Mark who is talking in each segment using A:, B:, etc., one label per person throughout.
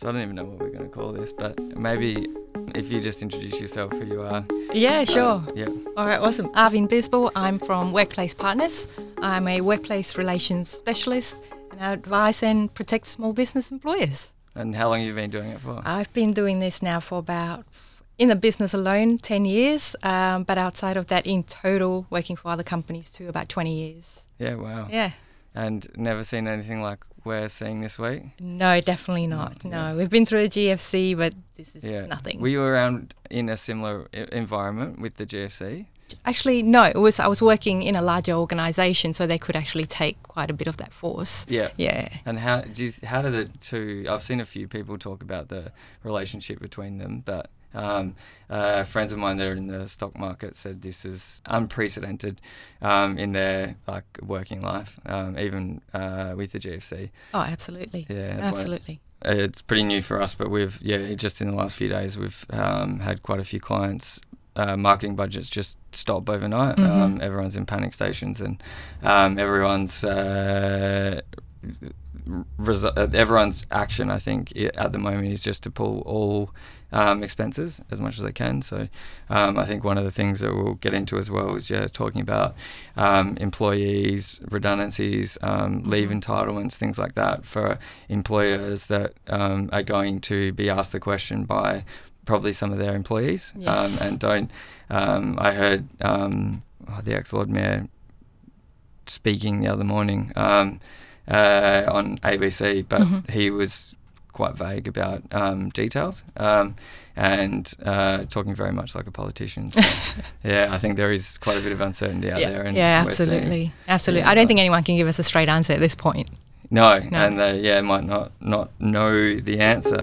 A: So I don't even know what we're going to call this, but maybe if you just introduce yourself, who you are.
B: Yeah, sure.
A: Yeah.
B: All right, awesome. Arvin Bisbal, I'm from Workplace Partners. I'm a workplace relations specialist and I advise and protect small business employers.
A: And how long you been doing it for?
B: I've been doing this now for about, in the business alone, 10 years, um, but outside of that, in total, working for other companies too, about 20 years.
A: Yeah, wow.
B: Yeah.
A: And never seen anything like we're seeing this week.
B: No, definitely not. No, we've been through a GFC, but this is
A: Yeah.
B: nothing.
A: Were you around in a similar e- environment with the GFC?
B: actually, no, it was, I was working in a larger organization, so they could actually take quite a bit of that force.
A: Yeah.
B: Yeah.
A: And how do you, how do the two? I've seen a few people talk about the relationship between them, but um, uh, friends of mine that are in the stock market said this is unprecedented um, in their like working life, um, even uh, with the GFC.
B: Oh, absolutely.
A: Yeah, like,
B: Absolutely.
A: it's pretty new for us, but we've yeah, just in the last few days we've um, had quite a few clients. Uh, marketing budgets just stop overnight.
B: Mhm.
A: Um, everyone's in panic stations, and um, everyone's uh, resu- uh, everyone's action. I think i- at the moment is just to pull all um, expenses as much as they can. So um, I think one of the things that we'll get into as well is yeah, talking about um, employees redundancies, um, leave
B: Mhm.
A: entitlements, things like that for employers that um, are going to be asked the question by probably some of their employees
B: Yes.
A: um, and don't um, i heard um, oh, the ex-lord mayor speaking the other morning um, uh, on abc but
B: Mhm.
A: he was quite vague about um, details um, and uh, talking very much like a politician so, yeah i think there is quite a bit of uncertainty out
B: yeah,
A: there and
B: yeah,
A: we're seeing-
B: absolutely. Absolutely.
A: Yeah,
B: I don't
A: but-
B: think anyone can give us a straight answer at this point.
A: No,
B: No.
A: and they yeah might not not know the answer.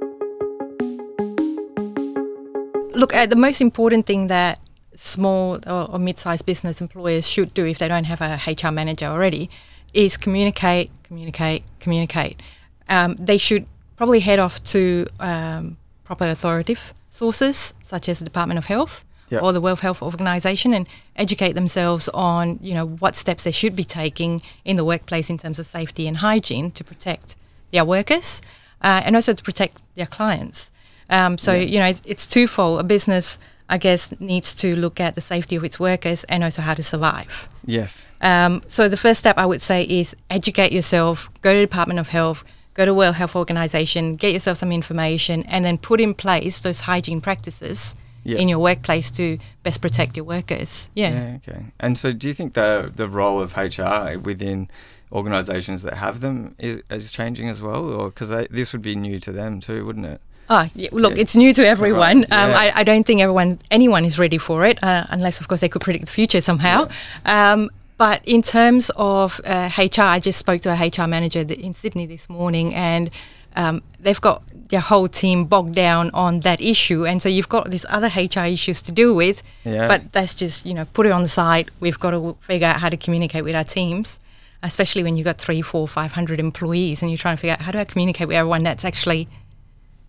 B: Look, uh, the most important thing that small or, or mid-sized business employers should do if they don't have a HR manager already is communicate, communicate, communicate. Um, they should probably head off to um, proper authoritative sources such as the Department of Health
A: Yeah.
B: or the World Health Organization and educate themselves on you know what steps they should be taking in the workplace in terms of safety and hygiene to protect their workers uh, and also to protect their clients. Um, so
A: Yeah.
B: you know it's, it's twofold. A business, I guess, needs to look at the safety of its workers and also how to survive.
A: Yes.
B: Um, so the first step I would say is educate yourself. Go to the Department of Health. Go to World Health Organization. Get yourself some information, and then put in place those hygiene practices
A: Yeah.
B: in your workplace to best protect your workers. Yeah.
A: Okay. And so, do you think the the role of HR within organisations that have them is, is changing as well, or because this would be new to them too, wouldn't it?
B: Oh, yeah, look,
A: Yeah.
B: it's new to everyone. Um,
A: yeah.
B: I, I don't think everyone, anyone is ready for it, uh, unless, of course, they could predict the future somehow. Um, but in terms of uh, HR, I just spoke to a HR manager th- in Sydney this morning, and um, they've got their whole team bogged down on that issue. And so you've got these other HR issues to deal with,
A: Yeah.
B: but that's just, you know, put it on the side. We've got to w- figure out how to communicate with our teams, especially when you've got three, four, five hundred employees and you're trying to figure out how do I communicate with everyone that's actually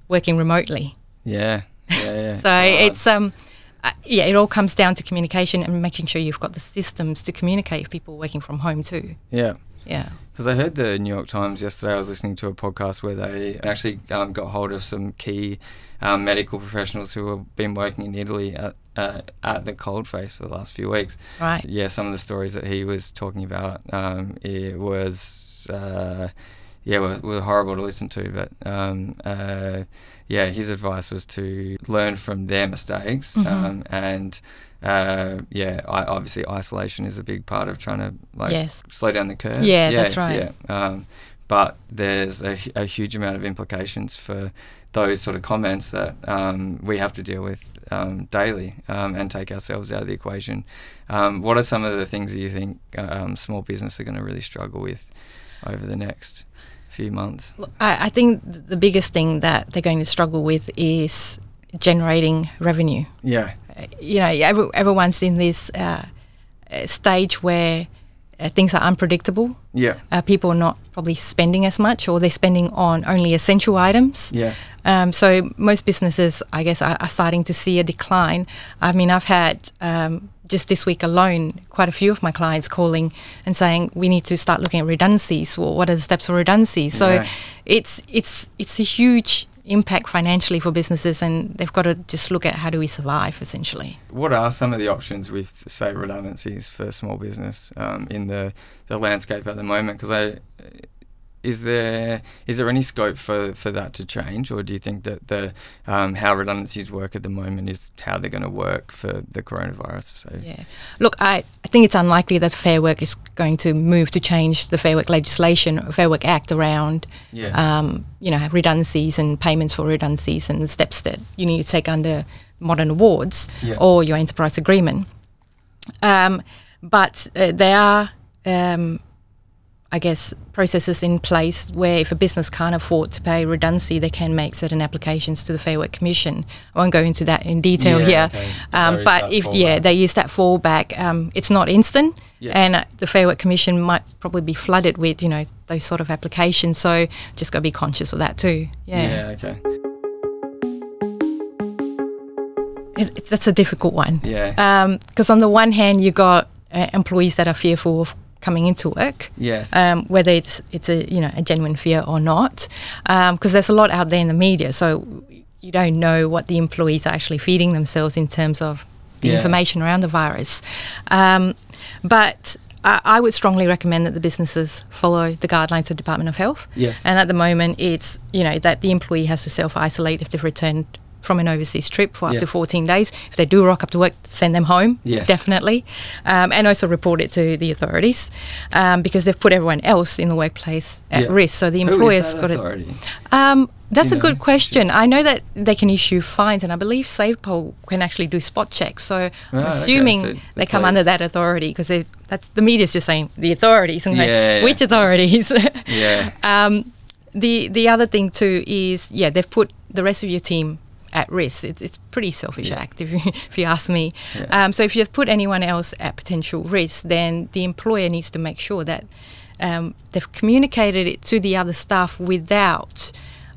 B: working remotely.
A: yeah. Yeah. Yeah.
B: So
A: hard.
B: it's, um, uh, yeah, it all comes down to communication and making sure you've got the systems to communicate with people working from home too.
A: yeah.
B: Yeah.
A: Because I heard the New York Times yesterday. I was listening to a podcast where they actually um, got hold of some key um, medical professionals who have been working in Italy at, uh, at the cold face for the last few weeks.
B: Right.
A: yeah, some of the stories that he was talking about, um, it was, uh, yeah, were, were horrible to listen to. But um, uh, yeah, his advice was to learn from their mistakes.
B: Mhm.
A: Um, and uh, yeah, I, obviously isolation is a big part of trying to like
B: yes.
A: slow down the curve.
B: Yeah, that's right.
A: Yeah. Um, but there's a, hu- a huge amount of implications for those sort of comments that um, we have to deal with um, daily um, and take ourselves out of the equation. Um, what are some of the things that you think uh, um, small business are going to really struggle with over the next few months?
B: Look, I, I think th- the biggest thing that they're going to struggle with is generating revenue.
A: Yeah.
B: Uh, You know, every, everyone's in this uh, uh, stage where uh, things are unpredictable.
A: Yeah.
B: Uh, people are not probably spending as much, or they're spending on only essential items.
A: Yes.
B: Um, so most businesses, I guess, are, are starting to see a decline. I mean, I've had um, just this week alone quite a few of my clients calling and saying we need to start looking at redundancies. Well, what are the steps for redundancies? So
A: Yeah.
B: it's it's it's a huge impact financially for businesses, and they've got to just look at how do we survive essentially.
A: What are some of the options with, say, redundancies for small business um, in the, the landscape at the moment? Because I, is there is there any scope for, for that to change, or do you think that the um, how redundancies work at the moment is how they're going to work for the coronavirus? So
B: yeah, look, I, I think it's unlikely that Fair Work is going to move to change the Fair Work legislation, Fair Work Act around,
A: Yeah.
B: um, you know, redundancies and payments for redundancies and the steps that you need to take under modern awards
A: Yeah.
B: or your enterprise agreement. Um, but uh, there are, um, I guess, processes in place where if a business can't afford to pay redundancy, they can make certain applications to the Fair Work Commission. I won't go into that in detail
A: Yeah,
B: here.
A: okay. There
B: Um,
A: is
B: but
A: that
B: if, yeah,
A: fallback.
B: they use that fallback, um, it's not instant.
A: Yeah.
B: And uh, the Fair Work Commission might probably be flooded with, you know, those sort of applications. So just got to be conscious of that too. Yeah.
A: yeah, okay,
B: It's, it's- that's a difficult one.
A: yeah,
B: because on the one hand you got uh, employees that are fearful of coming into work
A: yes,
B: um, whether it's it's a you know a genuine fear or not because there's a lot out there in the media so you don't know what the employees are actually feeding themselves in terms of the
A: Yeah.
B: information around the virus um, but I, I would strongly recommend that the businesses follow the guidelines of Department of Health
A: yes,
B: and at the moment, it's you know that the employee has to self isolate if they've returned from an overseas trip for up to
A: Yes.
B: 14 days. If they do rock up to work, send them home.
A: Yes.
B: definitely, um, and also report it to the authorities um, because they've put everyone else in the workplace at
A: Yeah.
B: risk. So the
A: Who is
B: employer's
A: that
B: got it.
A: authority?
B: Um, that's
A: you
B: a good
A: know?
B: question. I know that they can issue fines, and I believe SafePol can actually do spot checks. So
A: Ah,
B: I'm
A: okay,
B: assuming
A: so the
B: they come under
A: police.
B: that authority because that's the media's just saying the authorities and like,
A: Yeah, yeah,
B: which authorities?
A: Yeah.
B: Um, the the other thing too is yeah they've put the rest of your team at risk. It's it's pretty selfish
A: Yeah.
B: act if you, if you ask me.
A: Yeah.
B: Um, so if you've put anyone else at potential risk, then the employer needs to make sure that um, they've communicated it to the other staff without,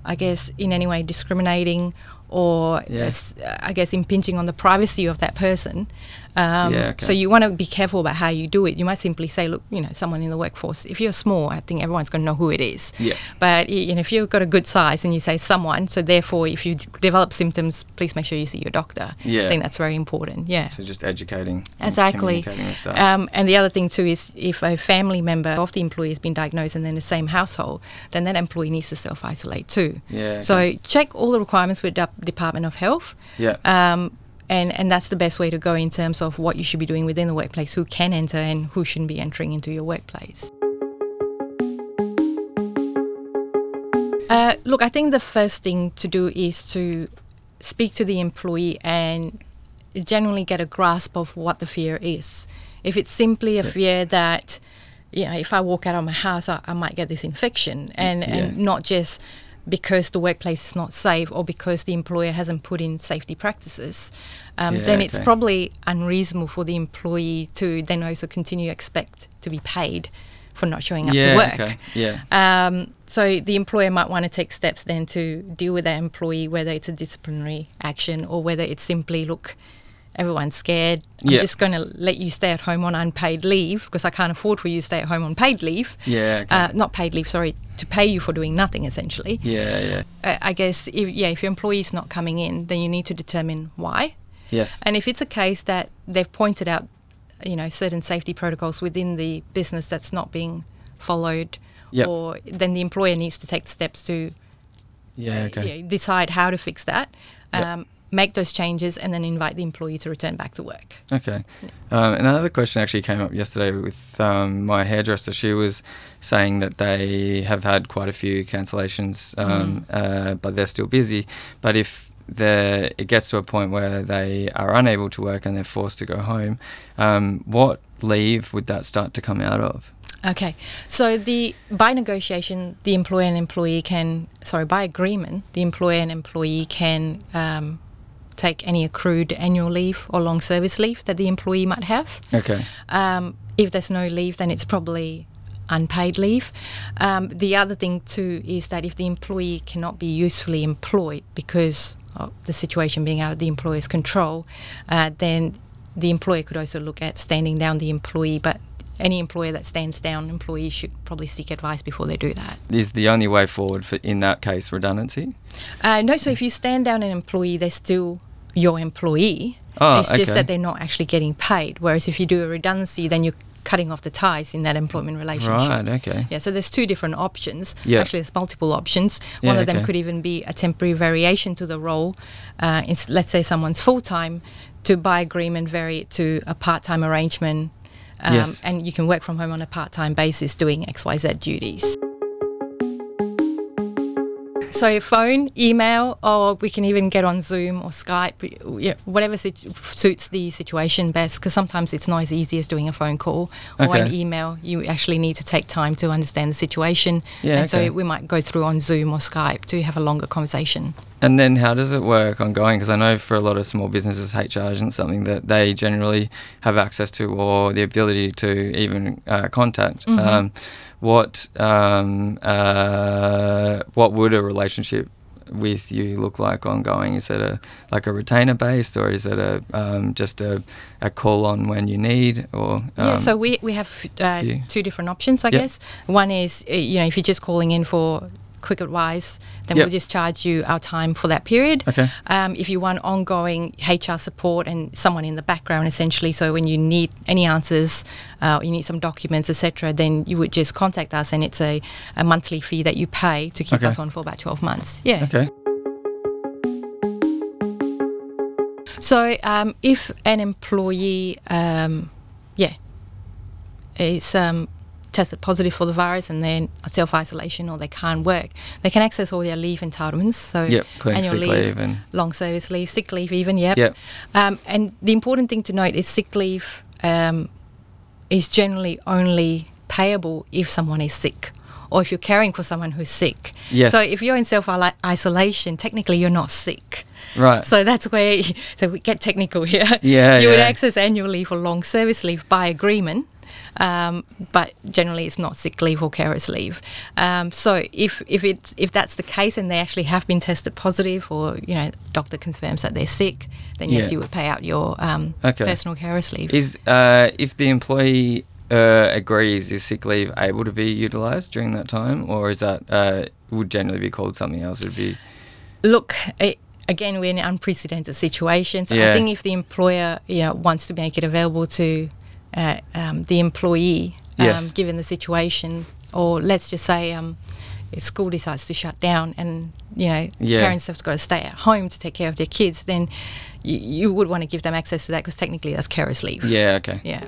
B: I guess, in any way discriminating or
A: Yeah.
B: s- I guess impinging on the privacy of that person. Um,
A: Yeah, okay.
B: So you want to be careful about how you do it. You might simply say, look, you know, someone in the workforce. If you're small, I think everyone's going to know who it is.
A: Yeah.
B: But y- you know, if you've got a good size and you say someone, so therefore, if you d- develop symptoms, please make sure you see your doctor.
A: Yeah.
B: I think that's very important. Yeah.
A: So just educating, and
B: Exactly.
A: communicating with staff.
B: Um, and the other thing too is if a family member of the employee has been diagnosed and they're in the same household, then that employee needs to self isolate too.
A: yeah, okay.
B: So check all the requirements with the Department of Health.
A: yeah,
B: Um, and, and that's the best way to go in terms of what you should be doing within the workplace, who can enter and who shouldn't be entering into your workplace. Uh, look, I think the first thing to do is to speak to the employee and generally get a grasp of what the fear is. If it's simply a fear that, you know, if I walk out of my house, I, I might get this infection, and, and
A: yeah.
B: not just because the workplace is not safe or because the employer hasn't put in safety practices, um,
A: Yeah,
B: then it's
A: okay.
B: probably unreasonable for the employee to then also continue to expect to be paid for not showing up
A: yeah,
B: to work.
A: okay, yeah,
B: Um, so the employer might want to take steps then to deal with that employee, whether it's a disciplinary action or whether it's simply, look, everyone's scared. I'm
A: Yeah.
B: just going to let you stay at home on unpaid leave because I can't afford for you to stay at home on paid leave.
A: yeah, okay.
B: Uh, not paid leave, sorry, to pay you for doing nothing essentially.
A: yeah, yeah,
B: Uh, I guess, if, yeah, if your employee's not coming in, then you need to determine why.
A: yes,
B: And if it's a case that they've pointed out, you know, certain safety protocols within the business that's not being followed,
A: Yep.
B: or then the employer needs to take steps to
A: yeah,
B: uh,
A: okay,
B: yeah, decide how to fix that,
A: Yep.
B: um, make those changes, and then invite the employee to return back to work.
A: Okay. Um, another question actually came up yesterday with um, my hairdresser. She was saying that they have had quite a few cancellations,
B: Mm.
A: um, uh, but they're still busy. But if the it gets to a point where they are unable to work and they're forced to go home, um, what leave would that start to come out of?
B: Okay, so the by negotiation, the employer and employee can sorry by agreement, the employer and employee can um, take any accrued annual leave or long service leave that the employee might have.
A: Okay.
B: Um, if there's no leave, then it's probably unpaid leave. Um, the other thing too is that if the employee cannot be usefully employed because of the situation being out of the employer's control, uh, then the employer could also look at standing down the employee, but any employer that stands down employees should probably seek advice before they do that.
A: Is the only way forward for in that case redundancy?
B: Uh, no, so if you stand down an employee, they're still your employee.
A: Oh,
B: it's just
A: okay.
B: that they're not actually getting paid. Whereas if you do a redundancy, then you're cutting off the ties in that employment relationship.
A: Right. Okay.
B: Yeah, so there's two different options.
A: Yeah.
B: Actually, there's multiple options.
A: Yeah,
B: One of them
A: okay.
B: could even be a temporary variation to the role. Uh, it's, let's say someone's full time to by agreement vary it to a part time arrangement. Um,
A: Yes.
B: And you can work from home on a part time basis doing XYZ duties. So, phone, email, or we can even get on Zoom or Skype, you know, whatever situ- suits the situation best, because sometimes it's not as easy as doing a phone call or an
A: Okay.
B: email. You actually need to take time to understand the situation.
A: Yeah,
B: and
A: okay.
B: so we might go through on Zoom or Skype to have a longer conversation.
A: And then how does it work ongoing? Because I know for a lot of small businesses, HR isn't something that they generally have access to or the ability to even uh, contact.
B: Mm-hmm.
A: Um, what um, uh, what would a relationship with you look like ongoing? Is it a like a retainer based or is it a um, just a, a call on when you need or
B: yeah,
A: um,
B: so we, we have uh,
A: few.
B: two different options, I
A: Yep.
B: guess. One is, uh, you know, if you're just calling in for quick advice, then
A: Yep.
B: we'll just charge you our time for that period.
A: Okay.
B: Um, if you want ongoing HR support and someone in the background, essentially, so when you need any answers, uh, you need some documents, etc., then you would just contact us, and it's a, a monthly fee that you pay to keep
A: Okay.
B: us on for about twelve months. Yeah.
A: okay
B: So um, if an employee, um, yeah, is um, tested positive for the virus and then self isolation or they can't work, they can access all their leave entitlements. So
A: yep clean
B: annual
A: sick
B: leave,
A: leave and
B: long service leave, sick leave, even yep.
A: Yep.
B: Um, and the important thing to note is sick leave um, is generally only payable if someone is sick. Or if you're caring for someone who's sick.
A: Yes.
B: So if you're in self isolation, technically you're not sick.
A: right
B: So that's where, so we get technical here.
A: Yeah,
B: You would
A: yeah.
B: access annual leave or long service leave by agreement, um, but generally it's not sick leave or carers leave. Um, so if if it's if that's the case and they actually have been tested positive, or you know, doctor confirms that they're sick, then yes,
A: Yeah.
B: you would pay out your um,
A: Okay.
B: personal carers leave.
A: Is uh, if the employee uh, agrees, is sick leave able to be utilised during that time, or is that uh, would generally be called something else? Would be
B: look it, again we're in unprecedented situations i
A: Yeah.
B: think if the employer you know wants to make it available to uh, um, the employee um,
A: Yes.
B: given the situation or let's just say um, if school decides to shut down and you know
A: Yeah.
B: parents have got to stay at home to take care of their kids then you, you would want to give them access to that because technically that's carers leave
A: yeah, okay,
B: yeah.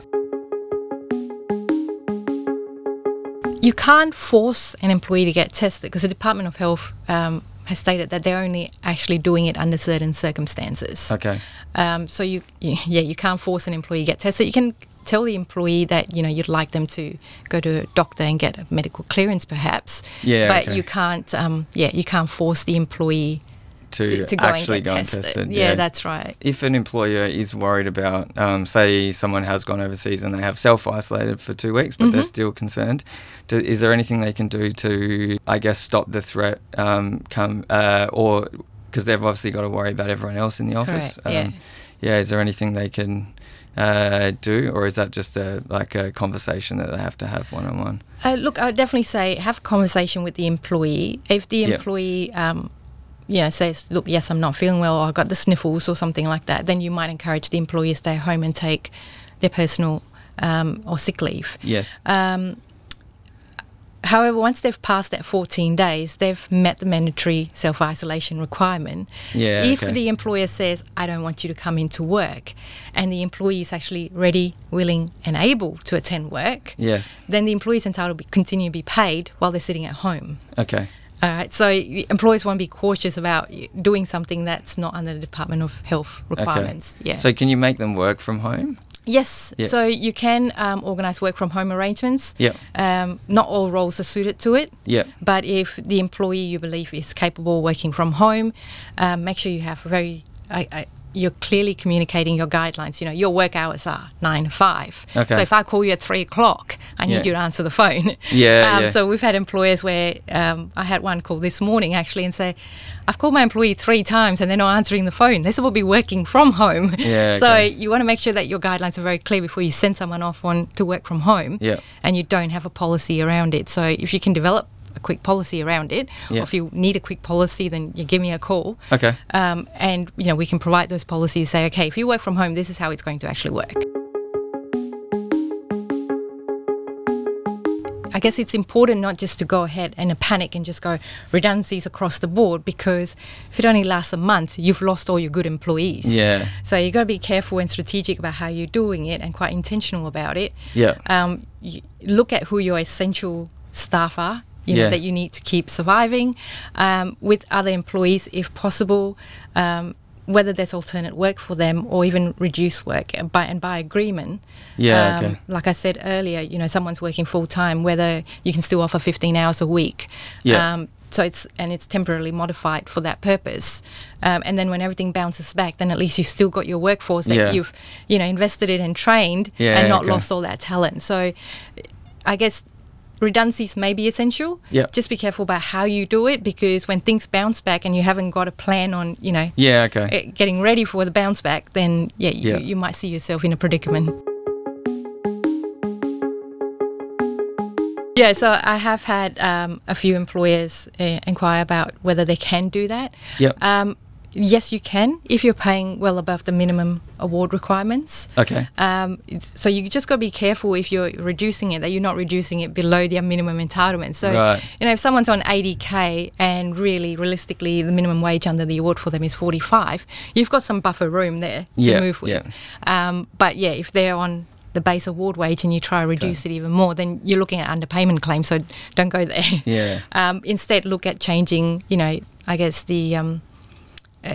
B: You can't force an employee to get tested because the Department of Health um, has stated that they're only actually doing it under certain circumstances.
A: okay,
B: Um, so you, yeah, you can't force an employee to get tested. You can tell the employee that you know you'd like them to go to a doctor and get a medical clearance, perhaps.
A: Yeah,
B: But
A: okay.
B: you can't, um, yeah, you can't force the employee
A: to,
B: to, to go
A: actually
B: and get
A: go
B: tested.
A: and tested.
B: yeah, that's right.
A: if an employer is worried about, um, say, someone has gone overseas and they have self isolated for two weeks, but they're
B: Mm-hmm.
A: still concerned, do, is there anything they can do to, I guess, stop the threat? Um, come uh, or because they've obviously got to worry about everyone else in the office.
B: Correct, yeah.
A: Um, yeah, Is there anything they can uh, do, or is that just a like a conversation that they have to have one on one?
B: Uh, look, I would definitely say have a conversation with the employee. If the
A: Yeah.
B: employee, um, you know, says, "Look, yes, I'm not feeling well, or I got the sniffles or something like that," then you might encourage the employee to stay home and take their personal um, or sick leave.
A: Yes.
B: Um, however, once they've passed that 14 days, they've met the mandatory self isolation requirement.
A: Yeah,
B: If
A: okay.
B: the employer says, I don't want you to come into work, and the employee is actually ready, willing, and able to attend work,
A: Yes.
B: then the employee is entitled to be, continue to be paid while they're sitting at home.
A: Okay.
B: All right, so y- employers want to be cautious about y- doing something that's not under the Department of Health requirements. Yeah.
A: So can you make them work from home?
B: yes,
A: Yeah.
B: so you can um, organise work from home arrangements.
A: Yep.
B: Um, not all roles are suited to it.
A: Yep.
B: But if the employee you believe is capable of working from home, um, make sure you have very, I, I, you're clearly communicating your guidelines. You know, your work hours are nine to five.
A: Okay.
B: So if I call you at three o'clock, I need
A: Yeah.
B: you to answer the phone.
A: Yeah,
B: Um,
A: yeah.
B: So we've had employers where um, I had one call this morning actually and say, I've called my employee three times and they're not answering the phone. They will be working from home.
A: Yeah,
B: so
A: okay.
B: you want to make sure that your guidelines are very clear before you send someone off on to work from home
A: Yeah.
B: and you don't have a policy around it. So if you can develop a quick policy around it,
A: Yeah.
B: or if you need a quick policy, then you give me a call.
A: Okay.
B: Um, and you know we can provide those policies. Say, okay, if you work from home, this is how it's going to actually work. I guess it's important not just to go ahead and panic and just go redundancies across the board because if it only lasts a month, you've lost all your good employees.
A: Yeah.
B: So you got to be careful and strategic about how you're doing it and quite intentional about it.
A: Yeah.
B: Um, y look at who your essential staff are. You
A: Yeah.
B: know, that you need to keep surviving um, with other employees if possible. Um, whether there's alternate work for them or even reduce work uh, by and by agreement.
A: Yeah, okay.
B: Um, Like I said earlier, you know, someone's working full time, whether you can still offer 15 hours a week.
A: Yeah.
B: Um, so it's and it's temporarily modified for that purpose, um, and then when everything bounces back, then at least you've still got your workforce that
A: Yeah.
B: you've, you know, invested in and trained,
A: Yeah,
B: and not
A: okay.
B: lost all that talent. So, I guess redundancies may be essential.
A: Yeah.
B: Just be careful about how you do it because when things bounce back and you haven't got a plan on, you know,
A: Yeah. Okay.
B: eh, getting ready for the bounce back, then yeah, you,
A: Yeah.
B: you might see yourself in a predicament. Yeah, so I have had um, a few employers uh, inquire about whether they can do that.
A: Yep.
B: Um, yes, you can if you're paying well above the minimum award requirements.
A: okay.
B: Um, it's- so you just got to be careful if you're reducing it that you're not reducing it below their minimum entitlement. So
A: Right.
B: you know if someone's on 80k and really realistically the minimum wage under the award for them is 45, you've got some buffer room there to
A: Yeah,
B: move with.
A: yeah.
B: Um, but yeah, if they're on the base award wage and you try to reduce it even more, then you're looking at underpayment claims. So don't go there.
A: Yeah.
B: Um, instead, look at changing. You know, I guess the um, uh,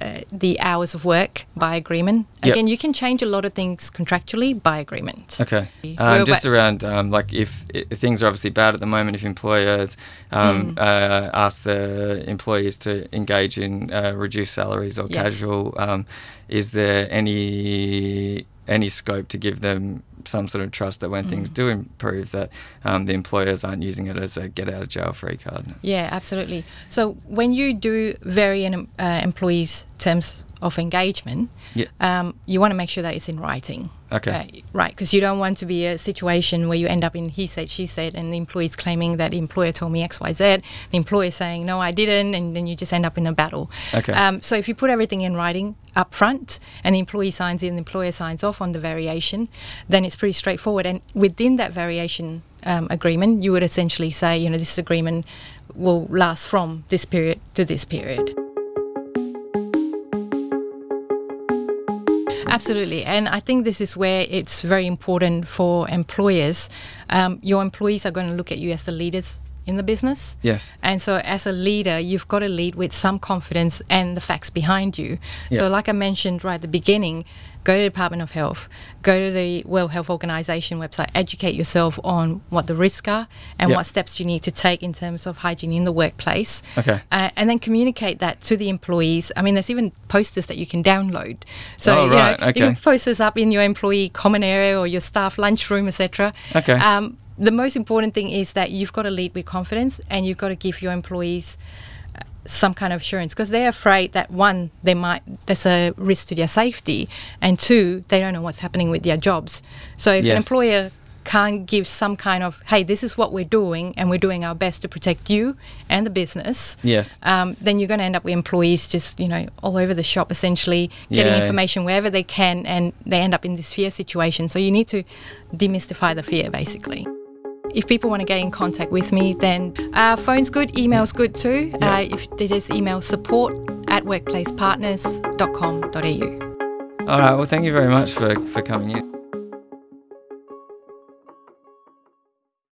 B: uh, the hours of work by agreement.
A: Yep.
B: Again, you can change a lot of things contractually by agreement.
A: Okay.
B: We
A: Um,
B: were
A: just
B: ba-
A: around um, like if, i things are obviously bad at the moment, if employers
B: Mm.
A: um, uh, ask the employees to engage in uh, reduced salaries or
B: Yes.
A: casual, um, is there any any scope to give them some sort of trust that
B: Mm.
A: when things do improve, that um, the employers aren't using it as a get out of jail free card?
B: Yeah, absolutely. So when you do vary an em- uh, employee's terms of engagement,
A: Yeah.
B: um, you want to make sure that it's in writing.
A: Okay.
B: Uh, right, because you don't want to be a situation where you end up in he said, she said, and the employee's claiming that the employer told me X, Y, Z, the employer saying, no, I didn't, and then you just end up in a battle.
A: Okay.
B: Um, so if you put everything in writing up front and the employee signs in, the employer signs off on the variation, then it's pretty straightforward. And within that variation um, agreement, you would essentially say, you know, this agreement will last from this period to this period. Absolutely. And I think this is where it's very important for employers. Um, your employees are going to look at you as the leaders in the business.
A: Yes.
B: And so, as a leader, you've got to lead with some confidence and the facts behind you. So,
A: Yeah.
B: like I mentioned right at the beginning, go to the Department of Health, go to the World Health Organization website, educate yourself on what the risks are and
A: Yeah.
B: what steps you need to take in terms of hygiene in the workplace.
A: Okay.
B: Uh, and then communicate that to the employees. I mean, there's even posters that you can download. So,
A: Oh,
B: you know,
A: right,
B: you can
A: okay.
B: post this up in your employee common area or your staff lunchroom, etc.
A: Okay.
B: Um, the most important thing is that you've got to lead with confidence and you've got to give your employees uh, some kind of assurance because they're afraid that one, they might there's a risk to their safety, and two, they don't know what's happening with their jobs. So if an
A: Yes.
B: employer can't give some kind of hey, this is what we're doing, and we're doing our best to protect you and the business.
A: Yes.
B: Um, then you're going to end up with employees just you know all over the shop essentially getting
A: Yeah.
B: information wherever they can and they end up in this fear situation so you need to demystify the fear basically if people want to get in contact with me then uh, phone's good email's good too
A: Yeah.
B: uh, if they just email support at workplacepartners.com.au
A: All right. Well, thank you very much for, for coming in.